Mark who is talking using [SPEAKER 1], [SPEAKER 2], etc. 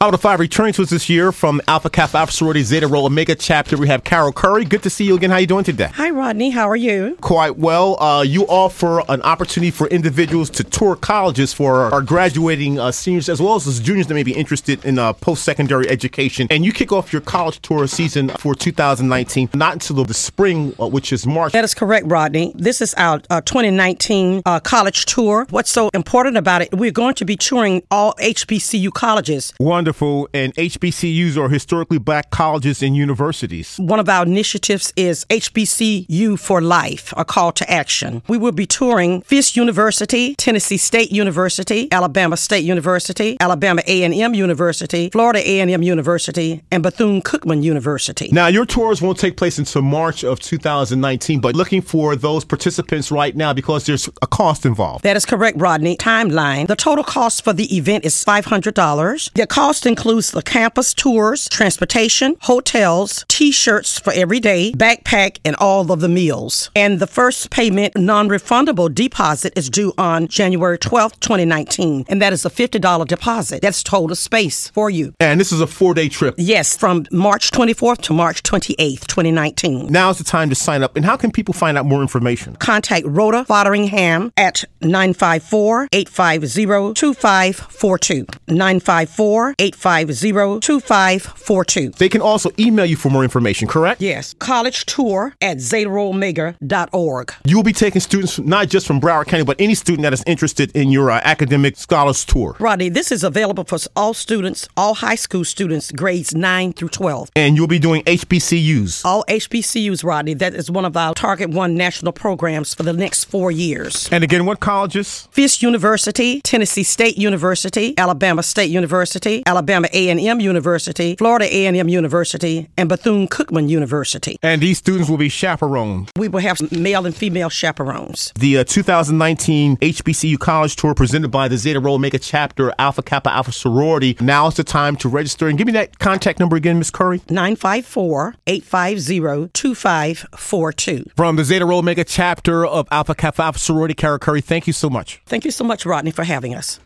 [SPEAKER 1] Out of the Five returns with us this year from Alpha Kappa Alpha Sorority Zeta Rho Omega chapter. We have Carol Curry. Good to see you again. How you doing today?
[SPEAKER 2] Hi, Rodney. How are you?
[SPEAKER 1] Quite well. Uh, you offer an opportunity for individuals to tour colleges for our graduating uh, seniors as well as those juniors that may be interested in uh, post-secondary education. And you kick off your college tour season for 2019, not until the spring, uh, which is March.
[SPEAKER 2] That is correct, Rodney. This is our uh, 2019 uh, college tour. What's so important about it? We're going to be touring all HBCU colleges.
[SPEAKER 1] Wonderful. And HBCUs are historically black colleges and universities.
[SPEAKER 2] One of our initiatives is HBCU for Life, a call to action. We will be touring Fisk University, Tennessee State University, Alabama State University, Alabama A&M University, Florida A&M University, and Bethune-Cookman University.
[SPEAKER 1] Now, your tours won't take place until March of 2019, but looking for those participants right now because there's a cost involved.
[SPEAKER 2] That is correct, Rodney. Timeline. The total cost for the event is $500. The cost includes the campus tours, transportation, hotels, t shirts for every day, backpack, and all of the meals. And the first payment, non refundable deposit, is due on January 12th, 2019. And that is a $50 deposit. That's total space for you.
[SPEAKER 1] And this is a four day trip.
[SPEAKER 2] Yes, from March 24th to March 28th, 2019.
[SPEAKER 1] Now's the time to sign up. And how can people find out more information?
[SPEAKER 2] Contact Rhoda Fodderingham at 954 850 2542. 954 850 2542.
[SPEAKER 1] They can also email you for more information, correct?
[SPEAKER 2] Yes, college tour at zetaroomega.org.
[SPEAKER 1] You will be taking students from- not just from Broward County, but any student that is interested in your uh, academic scholars tour.
[SPEAKER 2] Rodney, this is available for all students, all high school students, grades 9 through 12.
[SPEAKER 1] And you'll be doing HBCUs.
[SPEAKER 2] All HBCUs, Rodney, that is one of our Target One national programs for the next four years.
[SPEAKER 1] And again, what colleges?
[SPEAKER 2] Fisk University, Tennessee State University, Alabama State University, Alabama A&M University, Florida A&M University, and Bethune-Cookman University.
[SPEAKER 1] And these students will be chaperoned.
[SPEAKER 2] We will have male and female chaperones.
[SPEAKER 1] The uh, 2019 HBCU College Tour presented by the Zeta Rho Omega Chapter Alpha Kappa Alpha Sorority. Now is the time to register. And give me that contact number again, Miss Curry.
[SPEAKER 2] 954-850-2542.
[SPEAKER 1] From the Zeta Rho Omega Chapter of Alpha Kappa Alpha Sorority, Kara Curry, thank you so much.
[SPEAKER 2] Thank you so much, Rodney, for having us.